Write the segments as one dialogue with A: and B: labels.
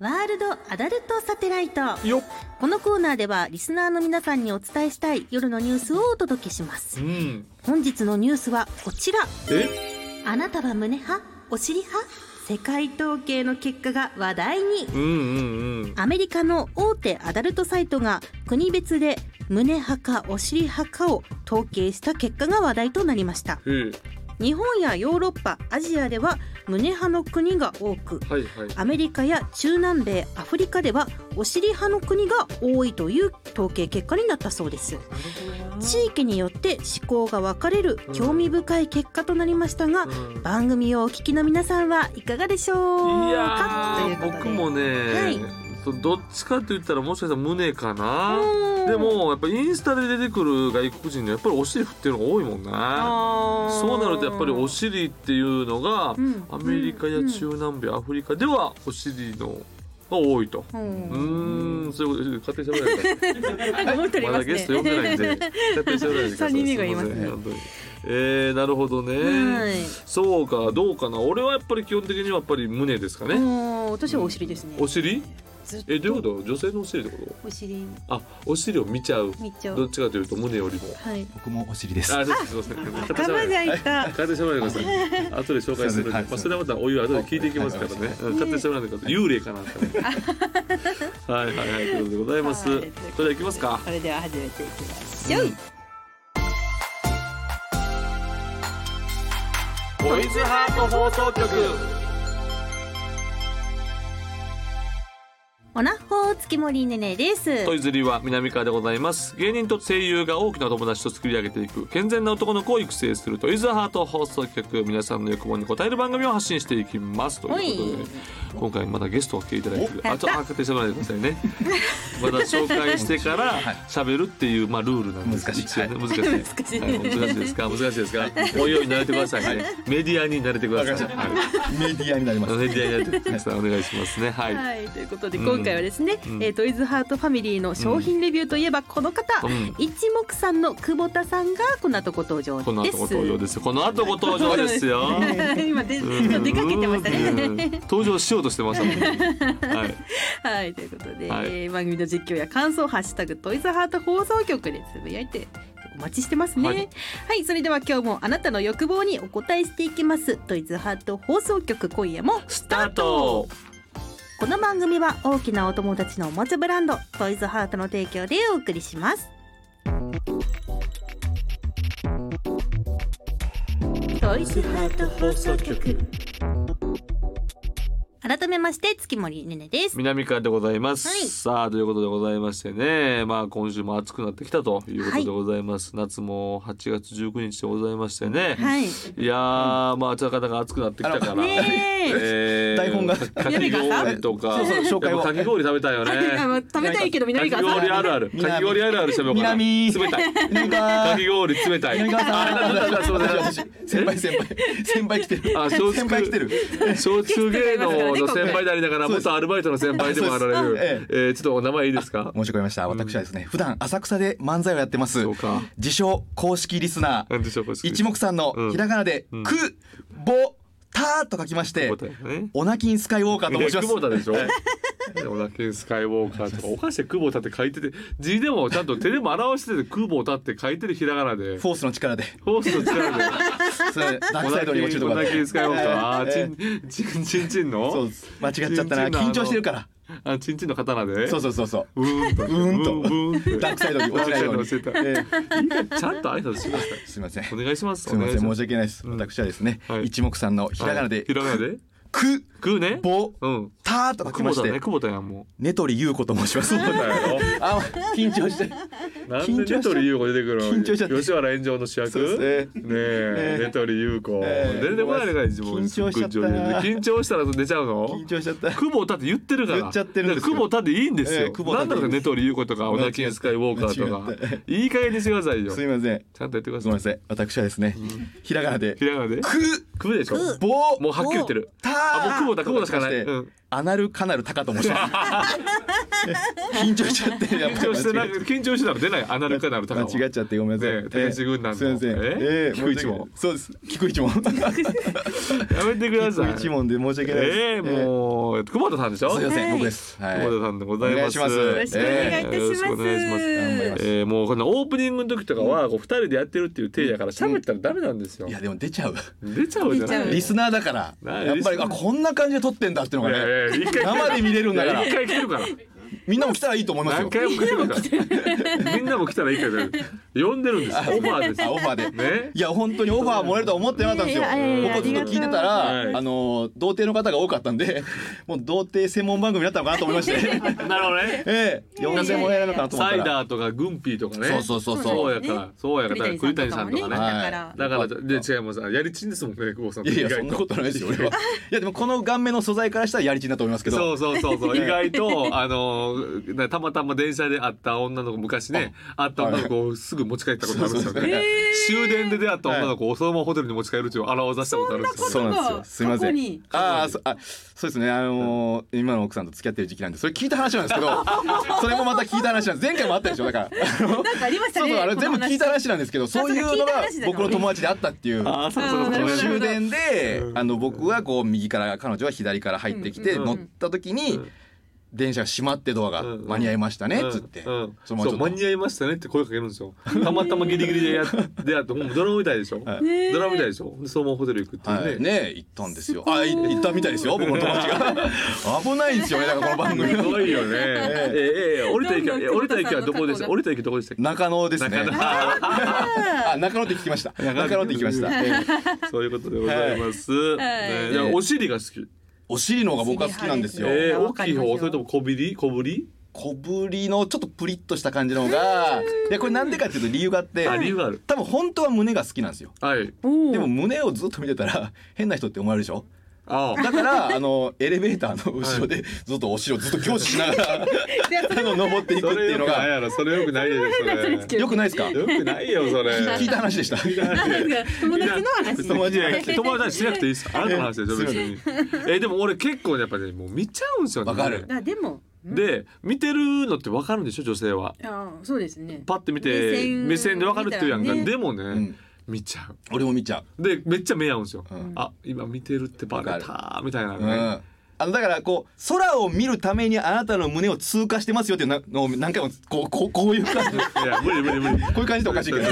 A: ワールドアダルトサテライト
B: よっ
A: このコーナーではリスナーの皆さんにお伝えしたい夜のニュースをお届けします
B: うん
A: 本日のニュースはこちら
B: え
A: あなたは胸派お尻派世界統計の結果が話題に
B: うんうんうん
A: アメリカの大手アダルトサイトが国別で胸派かお尻派かを統計した結果が話題となりました
B: へえ
A: 日本やヨーロッパアジアでは胸派の国が多く
B: はいはい
A: アメリカや中南米アフリカではお尻派の国が多いという統計結果になったそうです地域によって思考が分かれる興味深い結果となりましたが、
B: うん
A: 番組をお聞きの皆さんはいかがでしょ
B: いうや
A: かという
B: ー
A: ことで
B: 僕もね、
A: はい
B: そうどっちかって言ったらもしかしたら胸かな、
A: うん
B: でもやっぱインスタで出てくる外国人のやっぱりお尻振ってるのが多いもんな
A: あー
B: そうなるとやっぱりお尻っていうのが
A: うん
B: アメリカや中南米アフリカではお尻のが多いと。
A: うん
B: うーん、そういうこと勝手に喋らな いで
A: なんかもう一人い
B: ください。ま
A: ま
B: だ
A: す
B: ゲ
A: ね
B: スト呼ん でないんで、勝手に喋らないでください。
A: 三人目がいますね
B: せん本当にえー、なるほどね。
A: はい
B: そうかどうかな。俺はやっぱり基本的にはやっぱり胸ですかね。
A: うん私はお尻ですね
B: お尻
A: ずっと
B: えどういうこと女性のお尻ってこ
A: お尻
B: とあお尻を見ちゃう
A: 見ちゃ
B: ど
A: う
B: っちかというと胸よりも
A: はい
C: 僕もお尻です。
B: あそうですすいません
A: 仲間がいた
B: 勝手に喋らないでください後で紹介するんで、
C: はい
B: まあ、それはまたお湯後で聞いていきますからね、
C: はい
B: 勝手に喋らないでください幽霊かなって思っ てはいはいはいということでございます、
A: はい
B: それではいきますか
A: それでは始めていきましょう、
B: ボイズハート放送局
A: おなほー月森ねねです
B: トイズリは南川でございます芸人と声優が大きな友達と作り上げていく健全な男の子を育成するトイズハート放送局皆さんの欲望に応える番組を発信していきますという
A: お
B: こと
A: い
B: で今回まだゲストが来ていただいてる
A: お
B: あちょっとあ勝手に喋らないでください ねまだ紹介してから喋るっていうまあルールなんです
C: 難しい
B: 一応ね難しい
A: 難しい
B: はい難しいですか難しいですかおいおい慣れてくださいねメディアに慣れてくださいはい
C: メディアになりま
B: メディアに慣れてくださいお願いしますねはい
A: はい、ということで
B: うん
A: 今回はですね、
B: うん
A: えートイズハートファミリーの商品レビューといえばこの方、
B: うん
A: 一目散の久保田さんがこの後ご登場です
B: この後ご登場ですよこの後ご登場ですよ
A: 今で出かけてました
B: うん
A: ね
B: 登場しようとしてましたもん、 はい、
A: はいということで、
B: はい
A: えー番組の実況や感想「ハッシュタグトイズハート放送局」でつぶやいてお待ちしてますね
B: は
A: はいい、それでは今日もあなたの欲望にお答えしていきますトイズハート放送局今夜も
B: スタート
A: この番組は大きなお友達のおもちゃブランドトイズハートの提供でお送りしますトイズハート放送局改めまして月森ねねです
B: 南川でございます、
A: はい
B: さあということでございましてねまあ今週も暑くなってきたということでございます、夏も8月19日でございましてね、
A: はい
B: い、やーまあ朝方が暑くなってきたから、
A: ねえ
B: えー
C: 台本が
B: かき氷とか
C: 南川さん
B: やっぱかき氷食べたいよね
A: あまあ食べたいけど南
B: か
A: 川
B: き
A: さん
B: 氷あるある
C: 南
B: かき氷あるあるしてみようかな
C: 南
B: 冷たい
C: 南川
B: かき氷冷たい
C: 南川さん
B: あだだだだすいません
C: 先輩先輩先輩来てる。
B: あ松竹
C: 先輩来てる。
B: 小中芸能の先輩でありながら元アルバイトの先輩でもあられ
C: そう
B: る、
C: です
B: えーちょっとお名前いいですか
C: 申し込みました。私はですね、普段浅草で漫才をやってます
B: そうか。
C: 自称公式リスナー
B: 何でしょうこれ
C: 一目散のひらがなで
B: うん
C: くぼたと書きまして
B: 久保、田ね
C: オナキンスカイウォーカーと申します。
B: 久保田でしょ
C: はい
B: オナケンスカイウォーカーとかおかしい久保田って書いてて字でもちゃんと手でも表してて久保田って書いてるひらがなで
C: フォースの力で。
B: ホースの力で
C: それダークサイドに落ちると
B: オ
C: こ
B: ナ
C: だ
B: ケンスカイウォーカーあ
C: ええ
B: ーちんちんちんちんの
C: そうです。間違っちゃった
B: ちんち
C: な。
B: んのあの
C: 緊張してるから。
B: あちんちんの刀で
C: そうそうそうそう。
B: うーんと
C: うーんと
B: うーん
C: ダークサイ ドに落ちないように。
B: 教えて教えて
C: え
B: ちゃんと挨拶してください
C: えすみません。
B: お願いします
C: すみません
B: お願
C: 申
B: い
C: し訳ないです。
B: うん
C: 私はですね、
B: はい
C: 一目散のひらがな
B: はい
C: で
B: ひらがなで
C: く
B: くね
C: ぼ
B: うん
C: たと書き
B: 久
C: ま
B: 保
C: し
B: 田ね
C: て、
B: 久保田やんも
C: ねとりゆう子と申 します。
B: う久保田やろ
C: あ緊張して。
B: なんでネトリユウコ出てくるの
C: 緊張しちゃって
B: 吉原炎上の主役
C: そうですね
B: ねえ
C: ねえ
B: ネトリユウコ
C: ええ
B: 出てこないのかい自分
C: 緊張しちゃった
B: 緊張したら出ちゃうの
C: 緊張しちゃった。
B: 久保田って言ってるから
C: 言っちゃってるん
B: だ
C: ですよ
B: から久保田でいいんです
C: え
B: よ
C: え久保
B: な
C: 田
B: ん
C: で
B: だ
C: いい
B: ろ
C: ん
B: う
C: です
B: ネトリユウコとかオナキン
C: 間違った
B: スカイウォーカーと
C: 間違
B: か
C: っ
B: いい加減にしてくださいよ
C: す
B: ち
C: みません。
B: ゃんとやってくだ
C: ごめ
B: さい
C: んなさい。私はですね、ひらがなで
B: ひらがなで
C: く
B: くでしょ
C: ぼ
B: もうはっきり言ってる
C: た
B: あもう久保うだこうだしかない。うん
C: アナルカナルタカと申し ます。緊張しちゃって、やっぱ
B: 緊張してな
C: 間違
B: く緊張してたら出ないアナルカナル高尾。
C: 間違っちゃってごめんなさい。
B: ねえ高市軍団の
C: すみません。
B: え
C: ええ
B: 菊一門。
C: そうです。 菊一門。
B: やめてください。
C: 菊一門で申し訳ないです。
B: ええもう久保田さんでしょ。
C: すみま
B: 久
C: せ
D: は
C: ん、
D: い
C: 僕です。はい。
B: 保田さんでございます。
C: お
A: よ
C: 願
A: ろ
C: い
A: し
C: し
A: くお
C: ます
A: 願いいたします。
B: ええよろくお願いしますえー、もうこのオープニングの時とかはこう二人でやってるっていう体やから喋ったらダメなんですよ
C: い。や、でも出ちゃう。
B: 出ちゃうじゃ
A: 出ちゃ
B: な
A: う
B: い。
C: リスナーだから、
B: ない
C: やっぱ
B: リス
C: り、
B: ナ
C: あ、
B: ー
C: こんな感じで撮ってんだってのが
B: いやい
C: ね、
B: やいや一回
C: 生で見れるんだから
B: 一、回来てるから。
C: みんなも来たらいいと思います
B: 何
C: よ。
B: 回も来てるから。みんなも来たらいいから。呼んでるんです。オファーです。
C: あ、オファーで。
B: ね。
C: いや本当にオファーもらえるとは思ってなかったんですよ。
A: いやいやいや
C: 僕ずっと聞いてた
B: ありがとう
C: ら、あの童貞の方が多かったんで、もう童貞専門番組だったのかなと思い まして、
B: なるほどね。
C: ええ、呼んでもらえるのかなと思っ
B: サ
C: た
B: イ
C: ら、
B: ダーとかグンピーとかね。
C: そうそうそうそう
B: そうやから。そうやから。栗谷さんとかね。
C: はい
B: だから、で、違います。あやりちんですもんね、久保さん。
C: いやいやそんなことないですよ。俺は。いやでもこの顔面の素材からしたらやりちんだと思いますけど、
B: そうそうそうそう意外とあのなたまたま電車で会った女の子昔ね会った女の子をすぐ持ち帰ったことあるんですよね、
C: そうそうそう
B: 終電で出会った女の子をそのままホテルに持ち帰るっていう荒技したことあるんですよ
C: そうなんですよすいません
A: ん。
C: ああそあそうですねあのー今の奥さんと付き合ってる時期なんでそれ聞いた話なんですけど、 それもまた聞いた話なんです。前回もあったでしょだから。
A: なんかありました
C: そう
A: ね。
C: そうあれ全部聞いた
A: ら。
C: 話なんですけど、そういう
A: そうそう聞
C: の
A: いた
C: が
A: 話だからね
C: 僕の友達であったっていう。
B: ああそうそう
A: なるほど
B: そう
C: 終電で
B: うん
C: あの僕はこう右から彼女は左から入ってきて
B: うんうん
C: 乗った時に
B: うん
C: 電車が閉まってドアが
B: うん
C: 間に合いましたね
B: うん
C: っつって
B: うんそ
C: そのままちょっと
B: う間に合いましたねって声かけるんですよたまたまギリギリでや出会ってもうドラマみたいでしょ、
C: はい
A: ねえ
B: ドラマみたいでしょでそのままホテル行くっていうね、
C: はいね行ったんですよ
A: すごい
C: あい行ったみたいですよ僕の友 達が危ないんですよねだからこの番組
B: すごいよね。ええええ降りた駅は、
A: どん
B: え
A: どん
B: 降りた駅はどこでした。
A: 久
B: 降りた駅どこでしたっけ。
C: 中野ですね
B: 中
C: あ中野って聞きました中野って聞きましたええ
B: そういうことでございます。
A: い
B: ねじゃあお尻が好き。
C: お尻の方が僕は好きなんですよ
A: お尻
B: えー、
A: わ
B: 大
A: か
B: き
A: り
B: い
A: ますよ
B: 方それとも小ぶり小ぶり
C: 小ぶりのちょっとプリッとした感じの方がいやこれなんでかっていうと理由があって
B: あ理由がある
C: 多分本当は胸が好きなんですよ
B: はい
C: で
A: で
C: も胸をずっと見てたら変な人って思われるでしょ
B: ああ
C: だからあのエレベーターの後ろでずっとお城ずっと教師しなが らあの登っていくっ
B: そ
C: て
B: れ
C: い
B: よ
C: うの
B: くない
C: が
B: やろそれよくないよそれよ
C: よくないですか
B: くないよそれ
C: 聞いた話でした
A: 友達の話。
C: 友達じゃなくて
B: 友達はしなくていいですあなたの話でしょ
C: え
B: 別にえでも俺結構ねやっぱねもう見ちゃうんですよね
C: わかる
A: あでも。
B: で見てるのってわかるんでしょ女性は
A: あそうですね。
B: パッて見て
A: 目線
B: 目線でわかるっていうやんか
A: 見たらね
B: でも
C: う
B: ね
C: ん
B: 見ちゃう
C: 俺も見ちゃう
B: でめっちゃ目合うんですよ
C: うん
B: あ今見てるってバレ
C: わ
B: たみたいな
C: う
B: ね
C: んあのだからこう空を見るためにあなたの胸を通過してますよっていうなのを何回もこうこうこういう感 じこ
B: いや無理無理無理
C: ういう感じでおかしいけど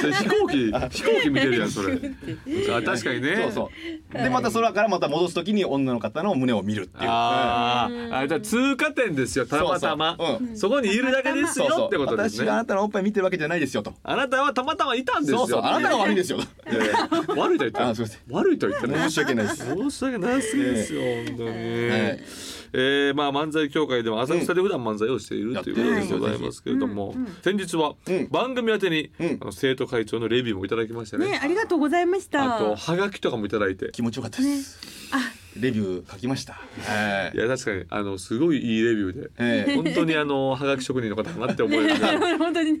B: それ飛行機飛行機見てるやんそ れあ確かにね
C: そうそうでまた空からまた戻す時に女の方の胸を見るっていう
B: あ
A: う
B: ー
A: ん
B: あ、じゃあ通過点ですよ、たまたま。
C: そうそううん
B: そこにいるだけです
C: そう
B: よ
C: そ
B: って
C: う
B: ことで
C: 私
B: す
C: があ
B: ね。
C: なたのおっぱい見てるわけじゃないですよと
B: あなたはたまたまいたんですよ。
C: そうそうあなたが悪いんですよ
B: いやいや悪いとは言ってな
C: あすいませ
B: い。悪いとは言ってない
C: 申。し訳ないです
B: 申し訳ないすぎですよ、本当に。
C: え
B: えーまあ漫才協会では浅草で普段漫才をしているということ
C: や
B: で
C: ってるん
B: ご
C: ですよ
B: ざいますけれども、先日は
C: うん
B: 番組宛てに
C: うん
B: あの生徒会長のレビューもいただきました
A: ね
B: ね。
A: ありがとうございました。
B: あとハガキとかもいただいて。
C: 気持ちよかったです。レビュー書きました。はい
B: いや確かにあのすごいいいレビューで。
C: え
B: 本当にあのハガキ職人の方だなって思いました。
A: 本当にね。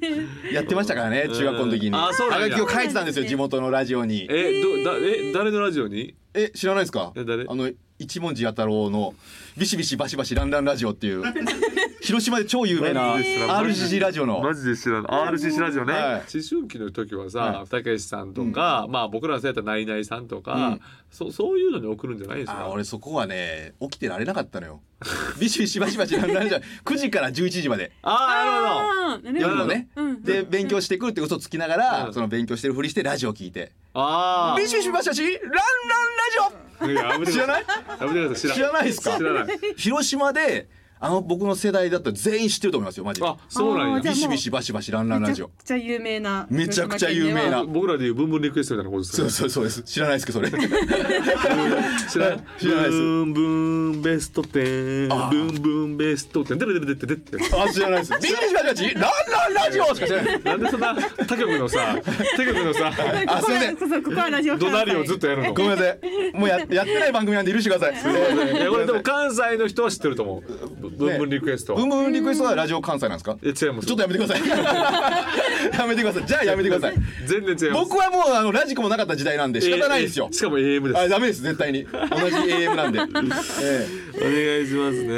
C: えやってましたからね、
B: うん
C: 中学校の時に。
B: あそうな
C: は
B: んや
C: がきを書いてたんですよ、地元のラジオに。
B: えどだえ誰のラジオに
C: え、知らないですか。
B: え誰
C: あの、一文字弥太郎の。ビシビシバシバシランランラジオって いう。広島で超有名な。
B: マジですか
C: R. G. G. ラジオの。
B: マジで知らない RCC ラジオね、
C: はい
B: 思春期の時はさ
C: は
B: たけしさんとか、まあ僕らの世代だったらナイナイさんとか、そそういうのに送るんじゃないです
C: あ
B: か
C: ー俺そこはね起きてられなかったのよビシビシバシバシランランラジオ9時 から11時まで
B: あ
A: ああ、なる
C: 夜
A: ほ
C: の
A: ど。
C: ね
A: うん
C: で勉強してくるって嘘つきながら、
B: うん
C: その勉強してるふりしてラジオ聞いて
B: ーあ
C: 「
B: る
C: ビシビシバシバシランラ
B: ほ
C: ンラジ
B: どああやめ
C: オ!」
B: てく
C: 知ら
B: ださ
C: な
B: やめ
C: いい
B: てください
C: 知らないですか
B: 知らない
C: 広島であの僕の世代だったら全員知ってると思いますよマジで
B: あそうなん
A: じゃ
B: や
A: あ
C: ビシビシバシバシランランラ
A: めち
C: ジ
A: ゃ
C: オ
A: くちゃ有名な。
C: めちゃくちゃ 有名な
B: 僕らでいうブンブンリクエストみたいなことです
C: そ
B: よ
C: う
B: ね
C: そうそうです知らないです けどそれ
B: 知らない
C: 知らないです
B: ブンブンベスト10
C: あー
B: ブンブンベスト10でれでれでれでれ
C: あ知らないですビシビシバシバシランランラジオしか知らない
B: なんでそんな他局のさ他局の さ
C: あすいません
A: ここはここはラジオ関
B: 怒
A: 西。
B: 鳴りをずっとやるの
C: ごめんなさいもうややってない番組なんで許してください
B: いやこれでも関西の人は知ってると思う。文文リクエストは
C: ブンブンリクエストはラジオ関西なんですか
B: え違います
C: ちょっとやめてください やめてくださいじゃあやめてください
B: 全然違います
C: 僕はもうあのラジコもなかった時代なんで仕方ないですよ、
B: えーしかも AM です
C: あダメです絶対に同じ AM な んで、ええ
B: お願いしますね。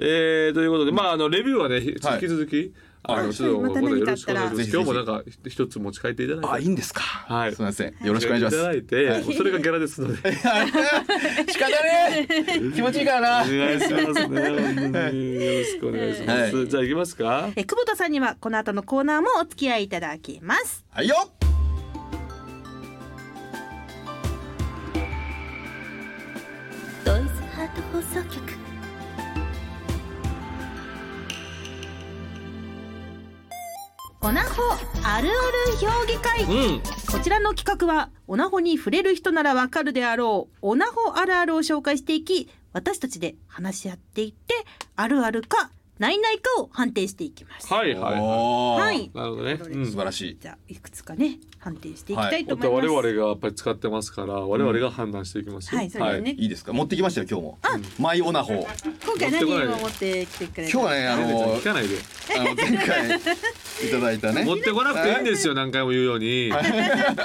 B: えー、ということで、まあ、あの、レビューはね、ひ
C: はい
B: 引き続き、あ
C: は
B: の、
C: い
B: ちょっと、
A: また
B: またよ
A: 何かあ
B: ろ
A: っ
B: しく
A: たら
B: お願いします。今日もなんか、ひ一つ持ち帰っていただいて。
C: あいいんですか
B: はい
C: すみませんよろしくお願いします
B: ただいて、それがギャラですので。
C: 仕方ねえ気持ちいいからな
B: お願いしますね。本当によろしくお願いします。
C: はい
B: じゃあ、行きますか。
D: え久保田さんにはこの後のコーナーもお付き合いいただきます
C: はいよ
E: ドイツハート放送局
D: オナホあるある評議会
B: うん。
D: こちらの企画はオナホに触れる人ならわかるであろうオナホあるあるを紹介していき私たちで話し合っていってあるあるかないないかを判定していきます
B: はいはいは
C: おー
D: はい
B: い。なるほどね。う
C: 素
B: ん
C: 晴らしい
D: じゃあいくつかね判定していきたいと
B: 本
D: 思い
B: 当
D: ま
B: は
D: す、
B: 我々がやっぱり使ってますから、我々が判断していきますよ。
D: はいそう
A: です
B: はい
A: ね
C: いいですか持ってきましたよ今日もマイオナホ
A: 今回何を持ってきてくれる
C: 今日はねあ
B: あの
C: の
B: 聞かないで
C: あ の前回いただいたね
B: 持ってこなくていいんですよ何回も言うように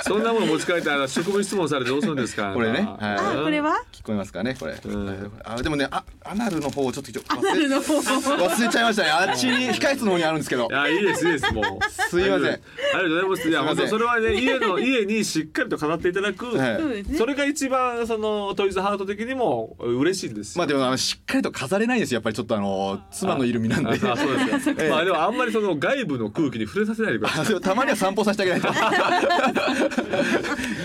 B: そんなもの持ち帰ったら職務質問されてどうするんですか
C: これね
B: あなた
C: はい
A: あこれは
C: 聞こえますかねこれ
B: ん
C: あでもねあアナルの方をちょっと
A: アナ
C: 忘
A: ル
C: れ
A: の 方は
C: 忘れちゃいましたねあっちに控室の方にあるんですけど
B: いやいいですいいですもう
C: すいませ
B: あり
C: ん
B: がとうございますいや
C: すいません
B: 本当それはね家の家にしっかりと飾っていただく、
C: はい
A: そうですね
B: それが一番そのトイズハート的にも嬉しいんです
C: まあ
B: よ
C: でもあのしっかりと飾れないですよやっぱりちょっとあの妻のいる身なんで
B: あそうですよ、
C: ええ
B: まあでもあんまりその外部の空気に触れさせないでください
C: あそう たまには散歩させて あげないと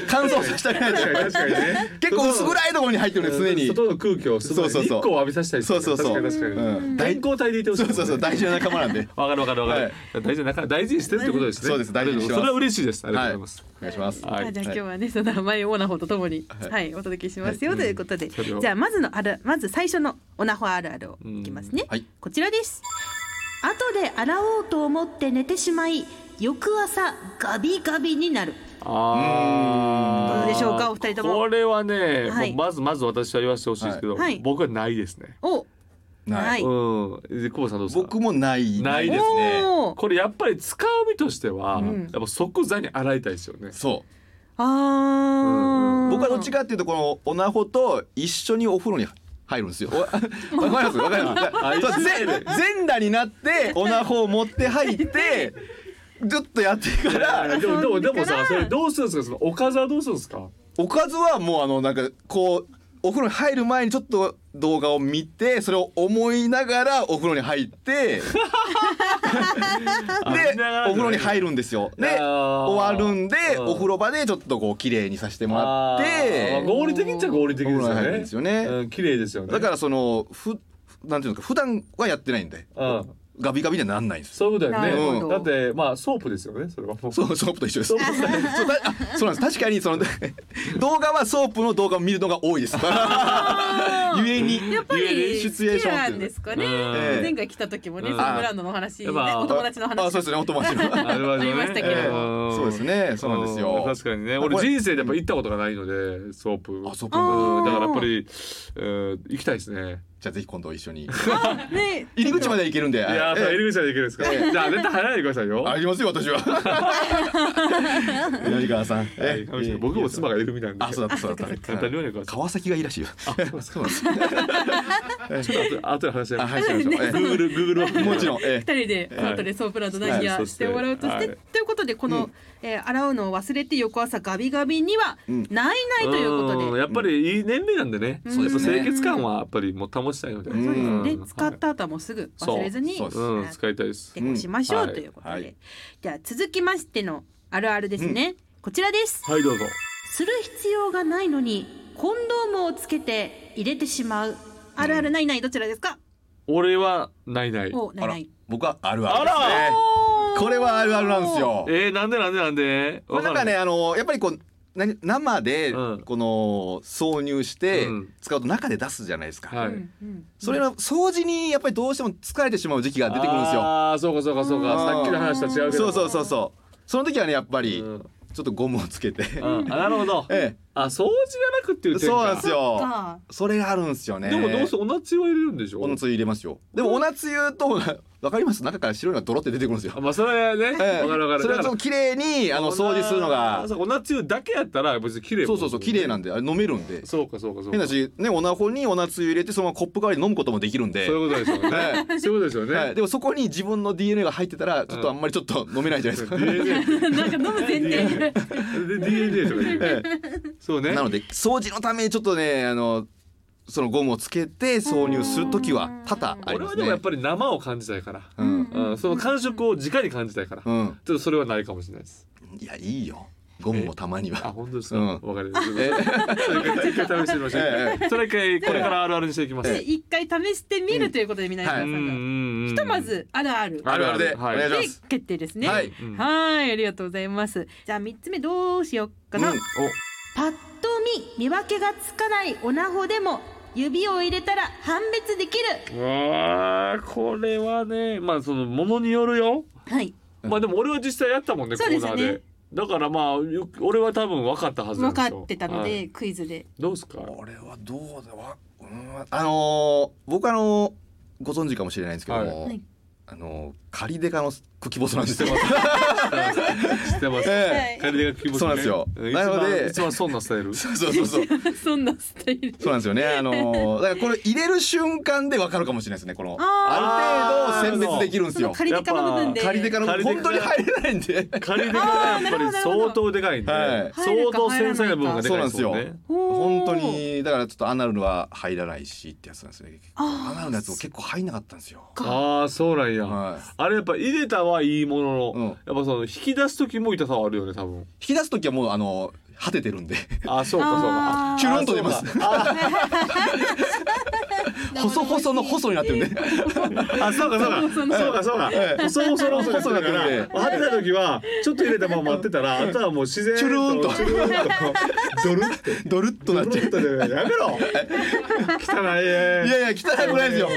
C: 乾燥させてあげないと
B: 確かに確かにね
C: 結構薄暗いところに入ってるね常に
B: 外の空気をすごい
C: そうそう
B: 日
C: そう
B: 光を浴びさせたり
C: そうそうそ
B: 確
C: う
B: かに確かに、
C: うん
B: 大光体でいてほしい
C: そうそうそう大事な仲間なんで
B: わかるわかるわかる、大事な大事にしてるってことですね
C: そうです大事にしてます
B: それは嬉しいですありがとうござい
C: お願いします
B: ます、はい
A: じゃあ今日はねその甘いオナホとともに
C: はい
A: はいお届けしますよということで
B: それを
D: じゃあまずのあるまず最初のオナホあるあるをいきますね、
C: はい
D: こちらです後で洗おうと思って寝てしまい翌朝ガビガビになる
B: あー
D: どうでしょうかお二人とも
B: これはね、
D: はい
B: もうまずまず私は言わせてほしいですけど、
D: はいはい
B: 僕はないですね。
D: お
C: な
D: はいい
B: うん、で久保さんどうですか。
C: 僕もない
B: ないです
C: ね
D: おー
B: これやっぱり使う身としては、
A: ん
B: やっぱ即座に洗いたいですよね。
C: そう
D: あ
B: うん
D: ー
C: 僕はどっちかっていうとこのオナホと一緒にお風呂に入るんですよ。おわかりますわかりますそう。全全裸になってオナホを持って入ってずっとやってか
B: いや
C: ら
B: でもでもでも
A: だか
B: さ
A: ら
B: それどうするんですかそのおかずはどうするんですか。
C: おかずはもうあのなんかこうお風呂に入る前にちょっと動画を見てそれを思いながらお風呂に 入って。
B: あ
C: で
B: 見ながら
C: お風呂に入るんですよ。で
B: あー
C: 終わるんで
B: うん
C: お風呂場でちょっとこう綺麗にさせてもらっ
B: あー
C: て
B: 合理的っちゃ合理的です
C: お風
B: よ
C: 呂に入る
B: ね。
C: んですよね
B: うん綺麗ですよね。
C: だからそのふなんていうんですか普段はやってないんで
B: ら、うん、
C: ガビガビにはなんないんです
B: そういうことだ
A: な
C: る
B: よ
C: ほ
B: ね。
A: ど
B: だってまあソープですよねそれはもう。
C: そうソープと一緒です。
B: ソ
C: そ
B: ー
C: う
B: プ
C: たあそうなんです確かにその 動画はソープの動画を見るのが多 いです。ゆえに
A: やっぱ
C: ゆえ
A: り
C: にシ
A: 好
C: チュエー
A: き
C: ションっ
A: な
C: ていうんの
A: ですかね
B: うん
A: 前回来た時もね
B: うん
A: サンブランドのお話ね
B: やっぱ
A: お友達の話
C: あそうですねお友達の。
B: あれはね
A: ありましたけど
B: ええ
C: そうですねそうなんですよ
B: う確かにね
C: これ
B: 俺人生でやっぱ行ったことがないのでソープ
C: あそう
B: う
C: か
B: んだからやっぱり、えー行きたいですね
C: じゃあぜひ今度一緒に
A: ね
C: 入り口まで行けるんで。
B: いやー
C: ええ
B: 入り口まで行けるんですか、
C: え
B: じゃあ絶対入らないでくださいよ
C: あ
B: はい
C: りますよ 私は。南川さん。え
B: 神様僕も妻がいる身なんで
C: あ、そうだった、そうだっ
B: 当たり前でくだ
C: た。
B: さ
C: 川崎がいいらしいよ。あ、そうなんです。
B: いちょっと後後で話し合い
C: あ、
B: ま
C: はい、しましょう。
B: す Google Google は
C: えもちろん、え
A: 二人でパートでソープランドダイヤしてもらうとして、
B: はい
A: ということでこの、えー洗うのを忘れて翌朝ガビガビには
C: うん
A: ないないということ
B: ん
A: で、
B: やっぱりいい年齢なんでね、
A: そうです
C: ね
B: やっぱ清潔感はやっぱりもう保ちたいので、
C: うんそうです
A: で
B: ん
A: 使った後はもうすぐ忘れずに洗
C: そう
A: っ
C: そう
B: うん、使いたいです
D: てこうしましょうということで、
C: うんはい
D: じゃあ続きましてのあるあるですね、こちらです
B: はいどうぞ
D: する必要がないのにコンドームをつけて入れてしまうあるあるないないどちらですか、
B: 俺はないない
D: おないない
C: 僕はあるあるで
B: あ
C: すね。これはあるあるなんですよ。
B: えー、なんでなんでなんで
C: これなんかね、
B: わ
C: あの、やっぱりこう。な生で
B: うん
C: この挿入して
B: うん
C: 使うと中で出すじゃないですか、
B: からないは
A: う
B: い、
A: んうん
C: それの掃除にやっぱりどうしても疲れてしまう時期が出てくるんですよ
B: ああ、そうかそうかそうか。
C: う
B: さ
C: ん
B: っきの話とは違うけ
C: そ
B: ど。
C: うそうそうそうその時はねやっぱり
B: うん
C: ちょっとゴムをつけて、
B: うんあなるほど。
C: ええ
B: あ掃除がなくっていう点か
C: そうなんですよ
A: か
C: それがあるんですよね
B: でもどうせおなつゆは入れるんでしょ
C: お夏湯入れますよでもお夏湯とわかります中から白いのがドロって出てくるんですよ
B: あまあそれはね、わ
C: ええ
B: かるわかる
C: それは
B: だ
C: ち
B: から
C: ょっと綺麗にあの掃除するのが
B: そうおなつゆだけやったら別に綺麗
C: そうそうそう綺麗なんんであれ飲めるんで
B: そうかそうかそうか
C: 変だしねおなほにお夏湯入れてそのままコップ代わりに飲むこともできるんで
B: そういうことですよ
C: え
B: ねそういうことですよね、
C: はいでもそこに自分の DNA が入ってたらちょっとあんまりちょっと飲めないじゃないですか。
B: DNA
A: なんか飲む前提
B: で DNA とか言う
C: え
B: そう
C: え
B: ね
C: なので掃除のためにちょっとねあのそのゴムをつけて挿入する時は多々あり
B: 俺
C: ま
B: は
C: す
B: で
C: ね。
B: もやっぱり生を感じたいから、
C: うん
B: うんその感触を直に感じたいから、ちょっ
C: うん
B: とそれはないかもしれないです
C: いやいいよゴムもたまに
B: あ
C: は。
B: 本当ですか
C: うん
B: わ、かりました
C: え
B: それ一回一回試してみましょう、
C: え
B: それ一回これからあるあるにしていきます、
A: で一回試してみるということで皆さ
C: は
B: うん
C: い
B: うんんうん
A: ひとまずあるある
C: あるあるでお
B: はい
C: 願い
A: で
C: します。
A: 決定ですね
C: は
A: はいい
B: うん
A: ありがとうございますじゃあ三つ目どうしようか
C: う
A: なん
D: パッと見見分けがつかないオナホでも指を入れたら判別できる
B: うわあこれはねまあそのものによるよ
D: はい
B: まあでも俺は実際やったもんねコ
A: そうで
B: ー
A: す
B: ナ
A: よ
B: ー
A: ね
B: でだからまあよく俺は多分分かったはずなん
A: 分
B: です
A: か
B: よ
A: ってたの
B: は
A: で
B: い
A: クイズで
B: どうですか
C: これはどうだわ、うん、あのー僕あのーご存知かもしれないんですけども、
A: はいはい
C: あのー仮デカの茎細なんです
B: 知
C: よ。
B: っ てます
C: え
B: カリデが聞きますね
C: そうなんですよ
B: 一番
C: なので
B: 一番そんなス タイル
C: えそうそうそうそう。
A: そんなスタイル
C: そうなんですよ ね。あのーだからこれ入れる瞬間でわかるかもしれないですね。この
B: あー
C: ある程度選別できるんで
A: そ
C: す
A: の
C: よ。
A: 仮デカの部分で
C: 仮でかの
B: 仮でか
C: 本当に入れない んで。
B: カリデがやっぱり相当でかいんで、
C: はい
B: 相当繊細な部分がでかいですもん
C: そうなん
B: ね
C: 本当にだからちょっとアナルは入らないしってやつなんですね。アナルのやつも結構入んなかったんですよ。
B: ああーそうなんや、
C: はい。
B: あれやっぱ入れたはいいものの、
C: うん
B: やっぱその引き出す時も痛さはあるよね多分
C: 引き出す時はもうあの果て てるんで
B: あそうかそうか
A: あー
C: キュルンと 出ます。細細の細になってるん で。
B: あ、そうかそうか。そうかそうか。細々の細々だから、
C: ええ
B: 跳ねた時はちょっと入れたまま待ってたら、あとはもう自然と
C: チュルーンと
B: チュルーンとドルって
C: ドルッと
B: ド
C: な
B: ル
C: っちゃ
B: ッ
C: う。
B: とでやめろ。汚いね。
C: いやいや汚くないですよ。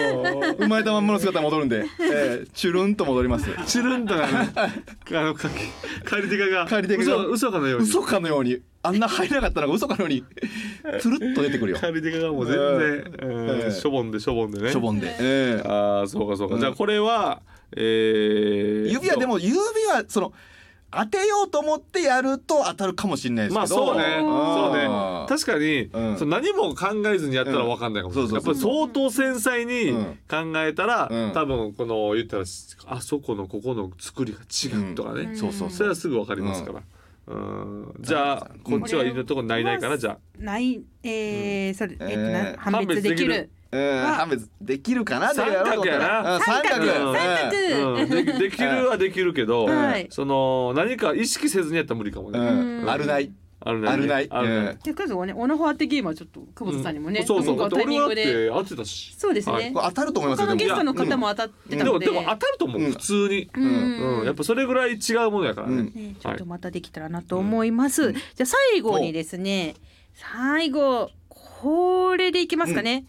C: 生まれたまんまの姿に戻るんで、えー、チュルンと戻 ります。
B: チュルンとなね。あのかカリテカが
C: カリテカが
B: 嘘嘘かのように。
C: 嘘かのようにあんな入れなかったのが嘘かのようにつるっと出てくるよ
B: カリテカがもう全然
C: え
B: う
C: え
B: んしょぼんでしょぼんでね。
C: しょぼんで、ええ
B: ああそうかそうか。
C: うん
B: じゃあこれはえー
C: 指はでも指はその当てようと思ってやると当たるかもしれないです
B: まあ
C: けど
B: そうね、そうね。確かに、
C: うん
B: その何も考えずにやったらわかんないかもしれない。
C: うん
B: やっぱ
C: そう
B: り
C: そう
B: 相当繊細に
C: うん
B: 考えたら、
C: うん
B: 多分この言ったらあそこのここの作りが違うとかね。
C: うんそうそう
B: そ
C: そ
B: れは
C: う
B: すぐわかりますから。うんじゃあこっちは入れとこないないからじゃ
A: ないえーそれえっと
C: えー
A: な判別できる
C: うん判別できるかなでやろうと思ったら
A: 三
C: うん
A: 角
B: うん
A: 三
B: あ、
A: 角
B: うん、でできるはできるけど、
A: はい
B: その何か意識せずにやったら無理かもね。
C: うんうんあるない
B: あるね
C: あるない
B: あるね
A: でクイズはねオナホ当てゲームはちょっと久保田さんにもね、
B: うんそうそう。
A: な
B: だっ
A: ん
B: て
A: かタイミ
B: 俺
A: ング
B: はだ
A: で
B: って合ってたし。
A: そうですね、
B: はい
C: これ当たると思います
A: 他
C: よ
A: のゲストの
C: で
A: 方
C: も
A: も当たって
B: で
A: たの
B: も
A: で、
B: でも当たると思う、
C: うん
B: 普通に。
A: うん
B: うん、やっぱそれぐらい違うものやからね。
C: うん
A: ね、ちょ
B: は
A: っ
B: い
A: とまたできたらなと思います。
C: うん
A: じゃあ最後にですね、最後これでいきますかね。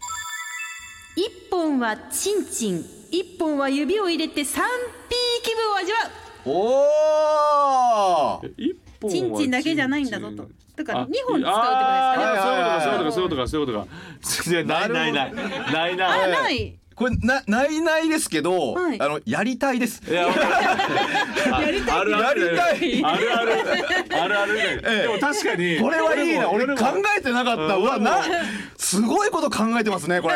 D: 一本はチンチン一本は指を入れて 3P 気分を味わ
C: おー
B: 一本は
A: チンチンだけじゃないんだぞ
B: チン
A: と
B: チン。
A: だから
B: あ
A: 二本使うってことですかね。
B: あー
C: はいはいはい
B: そういうことかそういうことか そういうことか。いやないないないない
A: あ
B: ない。
A: ない。
C: これなないないですけど、
A: はい
C: あのやりたいです
B: いやわかる
A: やりたい
B: ああるある
C: や
B: だよねあるあるあるあるだよね
C: ええ
B: でも確かに
C: これはいいな俺考
B: も
C: えてなかったうわなすごいこと考えてますねこれ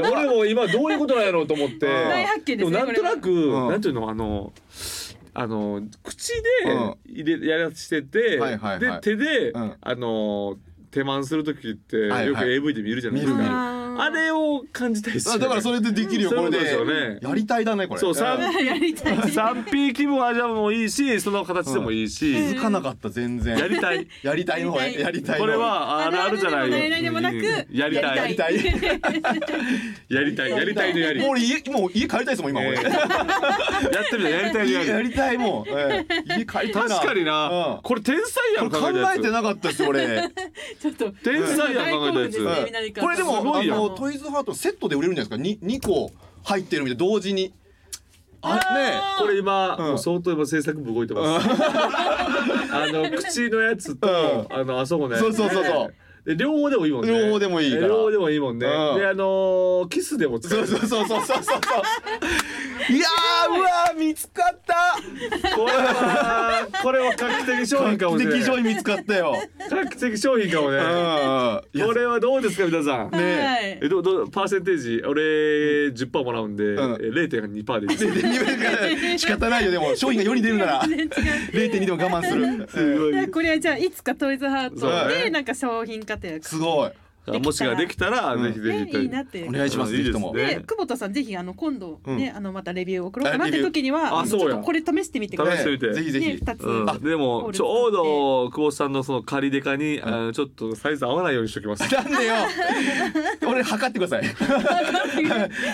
B: いや俺も今どういうことなんやろうと思って
C: 大
A: 発見ですね
B: もなんとなく、
C: れはうん
B: なんていうのあのあの口
C: うん
B: で入れやらしてて、
C: はいはいはい
B: で手で、
C: うん
B: あの手満する時って、
C: はい
B: よく AV で見るじゃないです
C: 見る見
B: か
C: る
B: あ
A: あ
B: れを感じたいですよ
C: あ
B: ね
C: だからそれでできるよ、
B: うん
C: これで
B: そういうことですよね
C: やりたいだねこれ
B: そうさ
C: ん
A: れやりたい。
B: 3P 気分味わうのもいいしその形でもいいし、
C: 気づかなかった全然
B: やりたい
C: やりたいの方ややりたいの
B: これはあるあるじゃない
A: あるあるでもないないでもなく
B: うんやりたい
C: や
B: や
C: り
B: り た
C: たい
B: いやりたいのやり
C: もう俺家もう家帰りたいですもん今
B: え
C: 俺、
B: ーやってみたらやりたいの
C: 家や
B: やり
C: りたいもう、ええ 家帰りたいな
B: 確かにな、
C: うん
B: これ天才やん
C: これ考えてなかったです俺
A: ちょっと
B: 天才やん考えた
A: 大
B: やつ
A: 興奮ですね
C: はい
A: みんなで 買う
C: これでも
B: すご
C: あ
B: いよ
C: のトイズハートセットで売れるんじゃないですかに二個入ってるみたい同時にあ
B: これ今、
C: うん
B: もう相当今制作部動いてます。 あの口のやつと、あのあそこね。
C: ねえそうそうそうそう
B: で両方でもいいもんね。
C: 両方でもいいから
B: 両方でもいいもんね。
C: うん
B: であのーキスでも使
C: そうそうそうそうそうそうそういやーうわー見つかった
B: これはこれは画期的商品かもしれない。
C: 画期的に見つかったよ
B: 画期的商品かも
C: うん
B: ね。
C: いや
B: これはどうですか皆さん。
C: ね
A: はい
B: えどどパーセンテージ俺10パーもらうんで、
C: うん
B: 0.2パー でいい。
C: 0.2仕方ないよ でも商品が世に出るなら
A: 全然違う
C: 0.2でも我慢する
B: すご
A: い
B: い
A: やこれはじゃあいつかトイズハート
B: そう
A: で
B: ね
A: なんか商品化というか
C: すごい
B: あもしができたら、
C: うん
B: ぜひぜ
A: ね
B: ひ。
A: いいなっていう
C: お願いしますぜひとも
B: いいです
A: で
B: ね
A: 久保田さんぜひあの今度ね、
C: う
A: あのまたレビューを送ろうかな
C: あ
A: っ
C: レビ
A: て
C: ュー
A: 時には
B: あそうや
A: ちょっとこれ試してみてくだ
B: 試
A: さ
B: し
A: い
B: てみて。
C: ぜひぜ
A: ね
C: ひ
A: 二つ、
B: うんでもちょうど久保さんのその仮デカに、あのちょっとサイズ合わないようにしときます。
C: なん でよ俺測ってください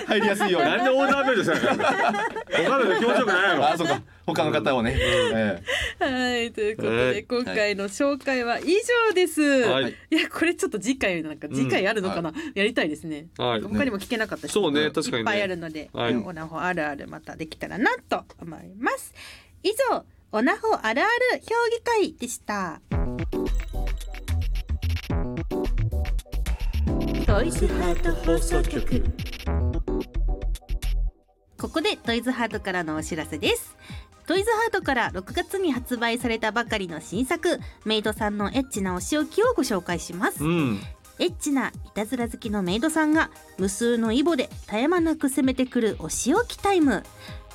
C: 入りやすいように
B: なんでオーダーメイドしたんやから。他の人気持ちよくないや
C: あそうか他の方をね、え
A: はいということで、
B: はい
A: 今回の紹介は以上です、
B: ろ。
A: い、
B: はい。
A: やこれちょっと次回なんか次回あるのかな、やりたいですね
B: はい。
A: 他にも聞けなかったし
B: そうね、
C: うん
B: 確か
A: いっ
B: に
A: ぱいある
B: ね。
A: ので、
B: は
A: はいい、オナホあるあるまたできたらなと思います以上オナホあるある評議会でした
E: トイズハート放送局
A: ここでトイズハートからのお知らせですトイズハートから6月に発売されたばかりの新作メイドさんのエッチなお仕置きをご紹介します
B: うん。
A: エッチないたずら好きのメイドさんが無数のイボで絶え間なく攻めてくるお仕置きタイム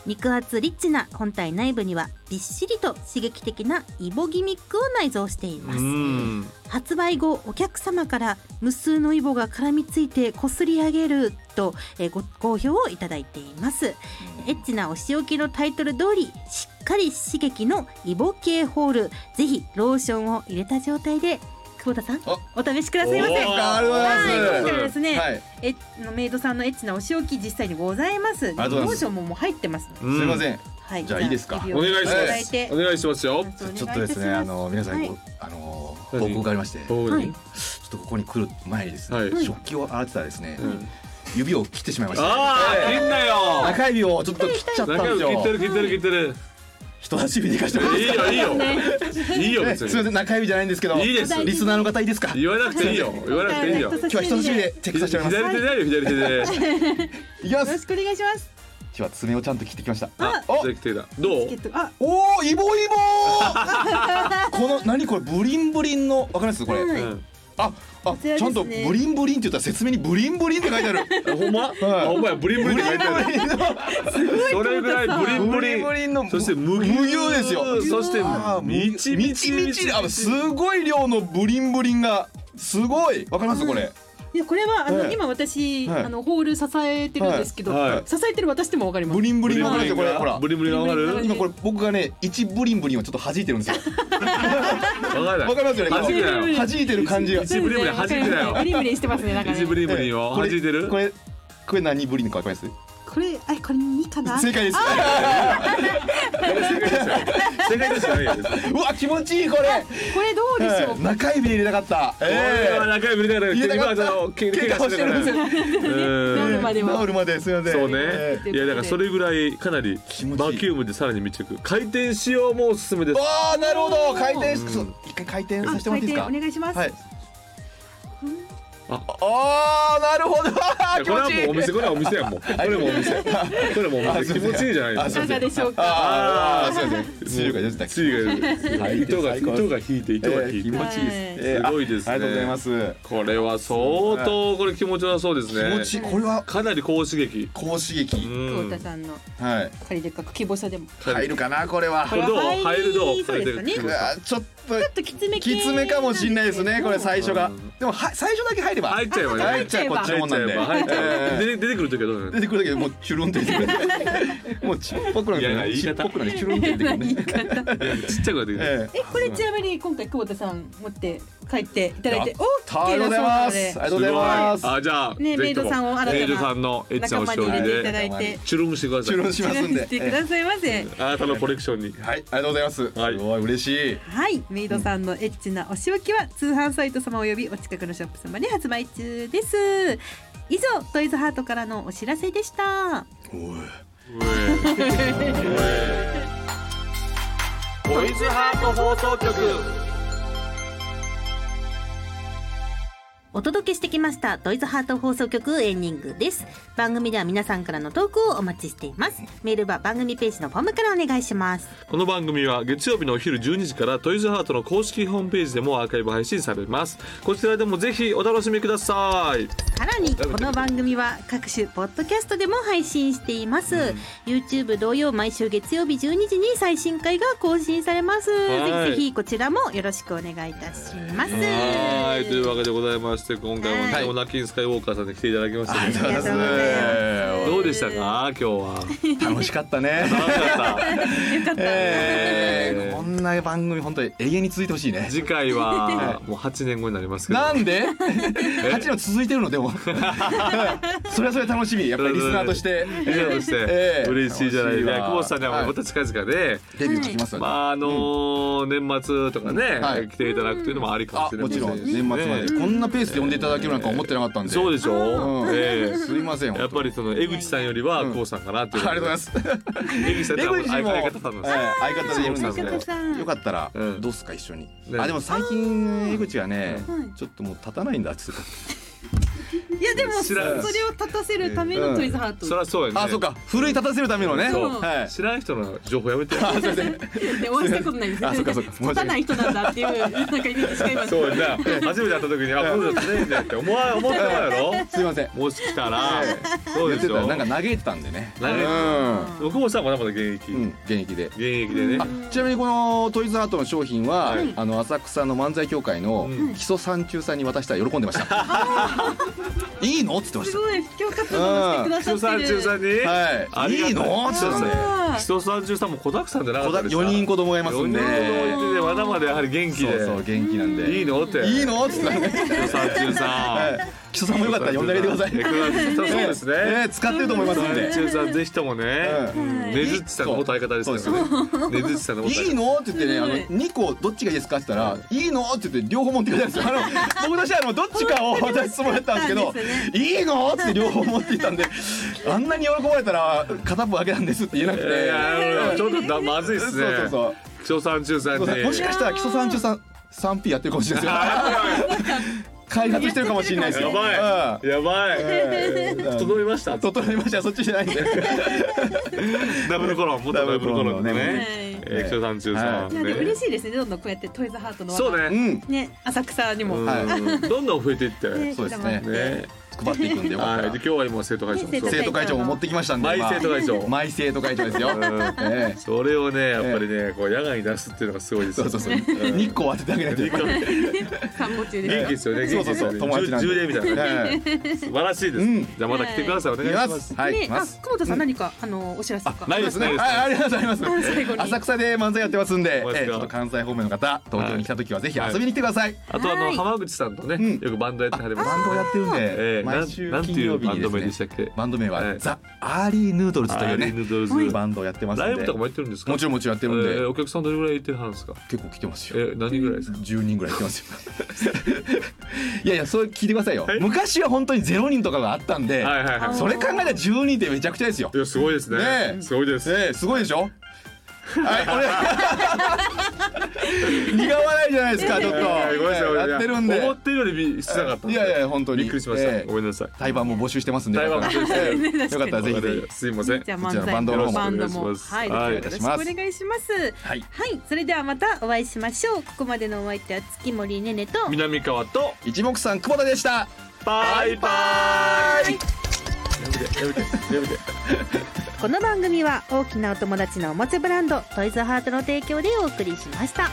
A: 肉厚リッチな本体内部にはびっしりと刺激的なイボギミックを内蔵していま
B: う
A: す、
B: ん。
A: 発売後お客様から無数のイボが絡みついてこすり上げると、えーご好評をいただいていますエッチなお仕置きのタイトル通りしっかり刺激のイボ系ホールぜひローションを入れた状態で久保田さん
C: あ
A: お試しくださいませ
B: おー
C: ありが
A: は
C: と
A: い、今回
C: うござい
A: は
C: ま
A: ですすね、
C: はい、
A: えのメイドさんのエッチなお仕置き実際にございます。
C: がとうございます
A: 文章ももう入ってますので。
B: うん
C: すいません
A: はい、
C: じゃあいいですか
A: レビュ
B: お
A: ー
B: 願
A: を
B: い
A: ただ
B: します。お
A: て
B: 願いしますよ。
A: ちょっと
C: ち
A: お
C: ょ
A: 願
C: っ
A: い
C: と
A: いたしま
C: ですねあの皆さん、
A: はい
C: ごあの
B: 何
C: 報告がありましてちょっ
B: どうに
C: とここに来る前にですね、
B: はい
C: 食器を洗ってたらですね、
B: うん
C: 指を切ってしまいました
B: ああ、切んなよ。
C: 中指をちょっと切っちゃったん
B: 中
C: です
B: 指切って
C: よ
B: る切ってる切ってる。
C: 人差し指でいかしてもらって
B: いいよいいよ。いいよ
C: ね
B: 別
C: すみ
B: に
C: ませ。ん中指じゃないんですけど
B: いいです
C: リスナーの方いいですか今
B: 言わなくていいよ。言わなくていいよ。
C: 日は人差し指でチェックさせてもらいま
B: 左手だよ左手 で。
C: すいき
A: よ
C: ま
A: ろ
C: す
A: しくお願いします。
C: 今日は爪をちゃんと切ってきました
B: あ、
C: お
B: 左手だ。どう
A: えっ？とあ、
C: おおイボイボー この何これブリンブリンのわかりますこれ、
B: う
A: はい
B: ん。
C: ああ
A: ちらですね
C: ちゃんとブリンブリンって言ったら説明にブリンブリンって書いてある
B: あほんま？
C: はい
B: あほんまやブリンブリンって書いてある。
C: ブリンブリンの
B: それぐらいブリンブリン
C: ブリンの
B: そして無
C: 無牛ですよ
B: そして
C: あー
B: みちみち
C: みちみちあすごい量のブリンブリンがすごいわかりますこれ、
A: いやこれはあ
C: は
A: の
C: い
A: 今私
C: はい
A: あのホール支えてるんですけど
B: はいは、い
A: 支えてる私でもわかります
C: ブ。リンブリンわかりますよこれ
B: が
C: ほら
B: ブリンブリンがわか
A: ブ
B: る
A: リンブリン
C: 今これ僕がね一ブリンブリンをちょっと弾いてるん ですよ
B: わかる
C: わかりますよね
B: 弾けないよ
C: 弾いてる感じが
B: 一ブリブリ弾いてないよ
A: ブリブリしてますねなんかね。
B: 一ブリンブリンを
C: こ
B: 弾
C: れ
B: いてる
C: これこれ何ブリンかわかります
A: これあこれ二かな。
C: 正解です
B: 正解ですよ正解ですよね
C: うわ気持ちいいこれ
A: これどうでしょう
C: はい。中指入れたかった
B: これは
C: え
B: 中指だから
C: 入
B: 結
C: れた
B: 局
C: か
B: は
C: っ
B: そ
C: た
B: のけ
C: 怪
B: 怪我
C: 我
B: し
C: してて
B: る
C: る
B: か
C: ん
B: ら
C: ですよ
A: 治
B: う
A: る
B: ん
A: まで
C: 治
A: は。
C: るまでそうね
B: そう
C: え
B: ね
A: え
B: いやだからそれぐらいかなり
C: 気持ちいい
B: 魔球部でさらに密着回転しようもおすすめで
C: え
B: す
C: わあなるほど回転し
B: うん
C: そう一回回転
A: あ
C: させても
A: 回
C: らってい
A: 転
C: いです
A: お
C: か
A: 願いします。
C: はい
B: あ
C: あーなるほど
B: これはもうお店これはお店やんもうこれもお店こ れもお
C: あす
B: 店気
C: いません
B: 持ちいいじゃない
C: あ
B: です
A: い
B: か
A: かがでしょうか。
C: あーあーすい
B: い
C: ませんつゆが出てた
B: つゆが
C: はい
B: 糸が
C: 最高
B: 糸が引いて糸が引いて
C: 気持ちいいですね
B: すごいですね
C: ありがとうございます
B: これは相当これ気持ちよさそうです
C: 気持
B: ね
C: ちいいこれは
B: かなり高刺激
C: 高
B: う
C: 刺激
A: 久保田
B: ん
A: さんの
C: はい
A: 仮でかく希望者でも。
C: 入るかなこれは
B: これどう
A: これ
B: 入るどう
A: 入りそうですかね
B: 入
C: う
B: れて
C: わちょっと
A: ちょっときつめ系
C: きつめかもしんないですねこれ最初が
B: うん
C: でもは最初だけ入れば
B: 入っちゃえばね
C: 入っちゃえばこっちのも
B: 入っ
C: ん
B: ちゃ
C: なん
B: え
C: で
B: ば入っちゃえば出
C: え
B: て出てくる時はどうな
C: ー出
B: の
C: てくるだけでもうチュルンって出て くるもうちっぽくなん
B: いや
C: で
B: いや言い
C: ち
B: 方
C: っぽくなんでチュルンって出てくるね
B: ちっちゃくなってくる
C: え
A: えこれちなみに今回久保田さん持って帰っていただいて
C: や
A: 大き
C: ーありがとうございますありがとうございます
B: あじゃあ
A: ねメイドさんを新たな
B: メイドさんのエッチな
A: 仲
B: お
A: 間
B: 仕
A: に入
B: 置き
A: れていた
B: で
A: だいて
B: チュルンしてくださ
C: チュルンしますんで
A: してくださいませ。
B: いあなたのコレクションに
C: はいありがとうございます
B: はい
C: すごい嬉しい
A: はい、メイドさんのエッチなお仕置きは通販サイト様およびお近くのショップ様で発売中です。以上、トイズハートからのお知らせでした。
C: おい
B: トイズハート放送局
A: お届けしてきましたトイズハート放送局エンディングです番組では皆さんからの投稿をお待ちしていますメールは番組ページのフォームからお願いします
B: この番組は月曜日のお昼12時からトイズハートの公式ホームページでもアーカイブ配信されますこちらでもぜひお楽しみください
A: さらにこの番組は各種ポッドキャストでも配信しています、YouTube 同様毎週月曜日12時に最新回が更新されます
B: は
A: ぜ
B: い
A: ひぜひこちらもよろしくお願いいたします
B: は いというわけでございまして今回もね、
A: はい
B: オナキンスカイウォーカーさんに来ていただきましたけ
A: ありがとうございます
B: どどうでしたか今日 は
C: 楽しかったね。
B: 楽しかった
C: えーこんな番組本当に永遠に続いてほしいね。
B: 次回はもう8年後になりますけど
C: なんで八年続いてるの でもそれはそれ楽しみやっぱりリスナーとして
B: 以上として、
C: ええ
B: 嬉しいじゃないですか
C: 楽しいわ
B: 久保田さんにはまた近々ね、
C: デビュー聞きます
B: ま
C: あ
B: ああのー年末とかね、
C: はい
B: 来ていただくというのもありかもしれな
C: も
B: い
C: ちろん年末まで
B: ね
C: こんなペースで呼んでいただけるなんか思ってなかったんで
B: そうでしょ
C: うん
B: う、ええ
C: すいません
B: やっぱりその江口さんよりは久保田さんかなっていう、
C: ありがとうございます
B: 江口さんって
C: 江口も
B: 相方さんなんですよ
C: ええ相方でいるんですけ
B: 相方
A: さん
C: どよかったら
B: うん
C: どうっすか一緒に
B: ね
C: あでも最近江口がね
A: はい
C: ちょっともう立たないんだっつって
A: いやでも
B: 知らん
A: それを立たせるため
C: うん
A: のトイズハート、
B: そりゃそうやね
C: あそうか奮い立たせるためのね
B: そう
C: はい
B: 知らん人の情報やめて
C: あすいません
A: でお会いしたことないです
C: あそうかそうか
A: 立たない人なんだっていうなんかイメージしかいます
B: そうやな初めて会った時にあこういうのねえんだって思わ思ってもやろ
C: すいません
B: もし来たらそう
C: 言
B: で
C: って
B: し
C: た
B: ょ
C: らなんか嘆いてたんでね
B: 嘆いて久保田さんはまだまだ現役、
C: うんうん現役で
B: 現役でね
C: あちなみにこのトイズハートの商品は、
B: はい
C: あの浅草の漫才協会の
B: うん
C: 基礎三中さんに渡したら喜ん でました。いいのっつってまし
A: すごい布教活動もしてくだ
B: 基礎
A: さって
B: 三
A: る
B: 中さんに、
C: た。
B: あ
C: はい。
B: りが
C: い
B: た
C: いのっつってたんで。
B: 基礎三中さんも子だくさんじゃなか
C: 子
B: った
C: だ
B: ですか
C: 四人子供がいます
B: 四
C: ん
B: 人
C: で。
B: 子供いてねまだまだやはり元気
C: そ
B: で
C: うそう元気なんで。
B: いいのって
C: いいのっつってたんで。
B: 基礎三中さん、
C: はい基礎さんもよかったら呼んであげてください。
B: えそうですね、
C: えー使ってると思いますんで
B: 三。中さんぜひともね、
C: うん
B: ねずっちさんの元相方ですからねねずっちさんの元相
C: い
B: 方
C: いのって言ってね、あの二個どっちがいいですかって言ったら、いいのって言って両方持ってきたんですよ。 あの僕としてはあのどっちかを渡してもらったんですけど、いいのって両方持ってきた んで、あんなに喜ばれたら片方だけなんですって言えなくて、
B: いやちょっとだまずいっ
C: そう
B: す
C: そ
B: ね
C: うそう。
B: 基礎三中さん
C: そう
B: に
C: そうもしかしたら基礎三中さん三 P やってるかもしれないですよ。開発してるかもしれないですよ。
B: やばいやばい、
C: うん。
B: 整いました
C: 整いました。そっちじゃないんで。
B: ダブルコロン元ダブルコロンの
C: ダブルコロンの
B: ね
C: ね
B: えー基礎三中さん
A: いやでも嬉
B: ね
A: しいですねどんどんこうやってトイズハートの輪が
B: そう
C: う
B: ね
C: ん。
A: ね浅草にも、
B: うん
C: は
B: どんどん増えていってね
C: そうですね。配っていくんでよかっ
B: はい
C: た
B: で今
C: ら
B: 日は今生徒会長もそう
A: ね
C: 生徒会長も持ってきましたんで。
B: マイ
C: 今
B: 生徒会長
C: マイ生徒会長ですよ。ええ
B: それをねやっぱりねこう野外に出すっていうのがすごいです
C: そ
B: よ
C: うそうそう。
B: ん
C: 日光を当ててあげないといけない。
A: 散歩中で
B: 元気ですすよね
C: そ
B: 元気
C: うそう
B: です
C: そ
B: よ
C: う。
B: ね
C: 友達なん
B: 10
C: で。
B: 例みたいなね
C: はい
B: 素晴らしいです、
C: うん
B: じゃあまた来てくださいお願い
C: 行
B: し
C: き
B: ま
C: ますす。はい、行
A: ね
C: き
A: あ
C: ます。
A: 久保田さん何かあのお知らせとか
B: ないですね
C: はい、ありがとうございます。
A: 最後に
C: 浅草で漫才やってますんで、
B: そう
C: え
B: です
C: え
B: か
C: ちょっと関西方面の方、東京に来た時はぜひ
B: はい
C: 遊びに来てください。
B: あとあの
A: はい
B: 浜口さんとね、
C: うん
B: よくバンドやってはります
C: バンドをやってるん
B: え
C: で
B: え、
C: 毎週
B: なんなんて
C: 金
B: いう
C: 曜日
B: バンド名
C: に
B: で
C: で
B: し
C: す
B: たっ
C: ね。
B: け
C: バンド名
B: は
C: はいザ・アーリー・ヌードルズという
B: アーリーヌ
C: ね、
B: ードルズ
C: バンドをやってます
B: ライ
C: ん
B: ブ
C: で
B: とか、もやってるんですか
C: もちろんもちろんやって
B: え
C: るんで
B: ー、お客さんどれぐらいいてはるんですか
C: 結構来てますよ。
B: え何ぐらいですか、
C: 10人ぐらい来てますよ。いやいや、それ聞いてくださいよ。昔は本当にゼロ人とかがあったんで、
B: はいはいは
C: それ考えたら10人ってめちゃくちゃですよ
B: い。い。やすごいですね
C: ねえ
B: すごいです、
C: ええすごいでしょ。はい、これ。 苦笑いじゃないですか、ちょっと。
B: はいごめんなさいごめんなさい
C: やってるん
B: 思
C: で
B: っ。てるよりびしなかったんで
C: いやいや本当に
B: びっくりしました、
C: ええ
B: ごめんなさい
C: 対バンも募集してますんで。
B: 対バン募集してる
C: え えよかったらぜひぜひ。
B: すいません
A: じゃあ
C: こ
A: 漫
C: ちらの
A: 才
C: バンドの方も
A: バンド
B: お願
A: も
B: いします
A: はい
B: はい
A: よろしくお願いします
C: はい。
A: はいそれではまたお会いしましょうここまでのお相手は月森ねねと
B: 南川と
C: 一目散久保田でした。
B: バイバイやめてやめてやめて
A: この番組は大きなお友達のおもちゃブランドトイズハートの提供でお送りしました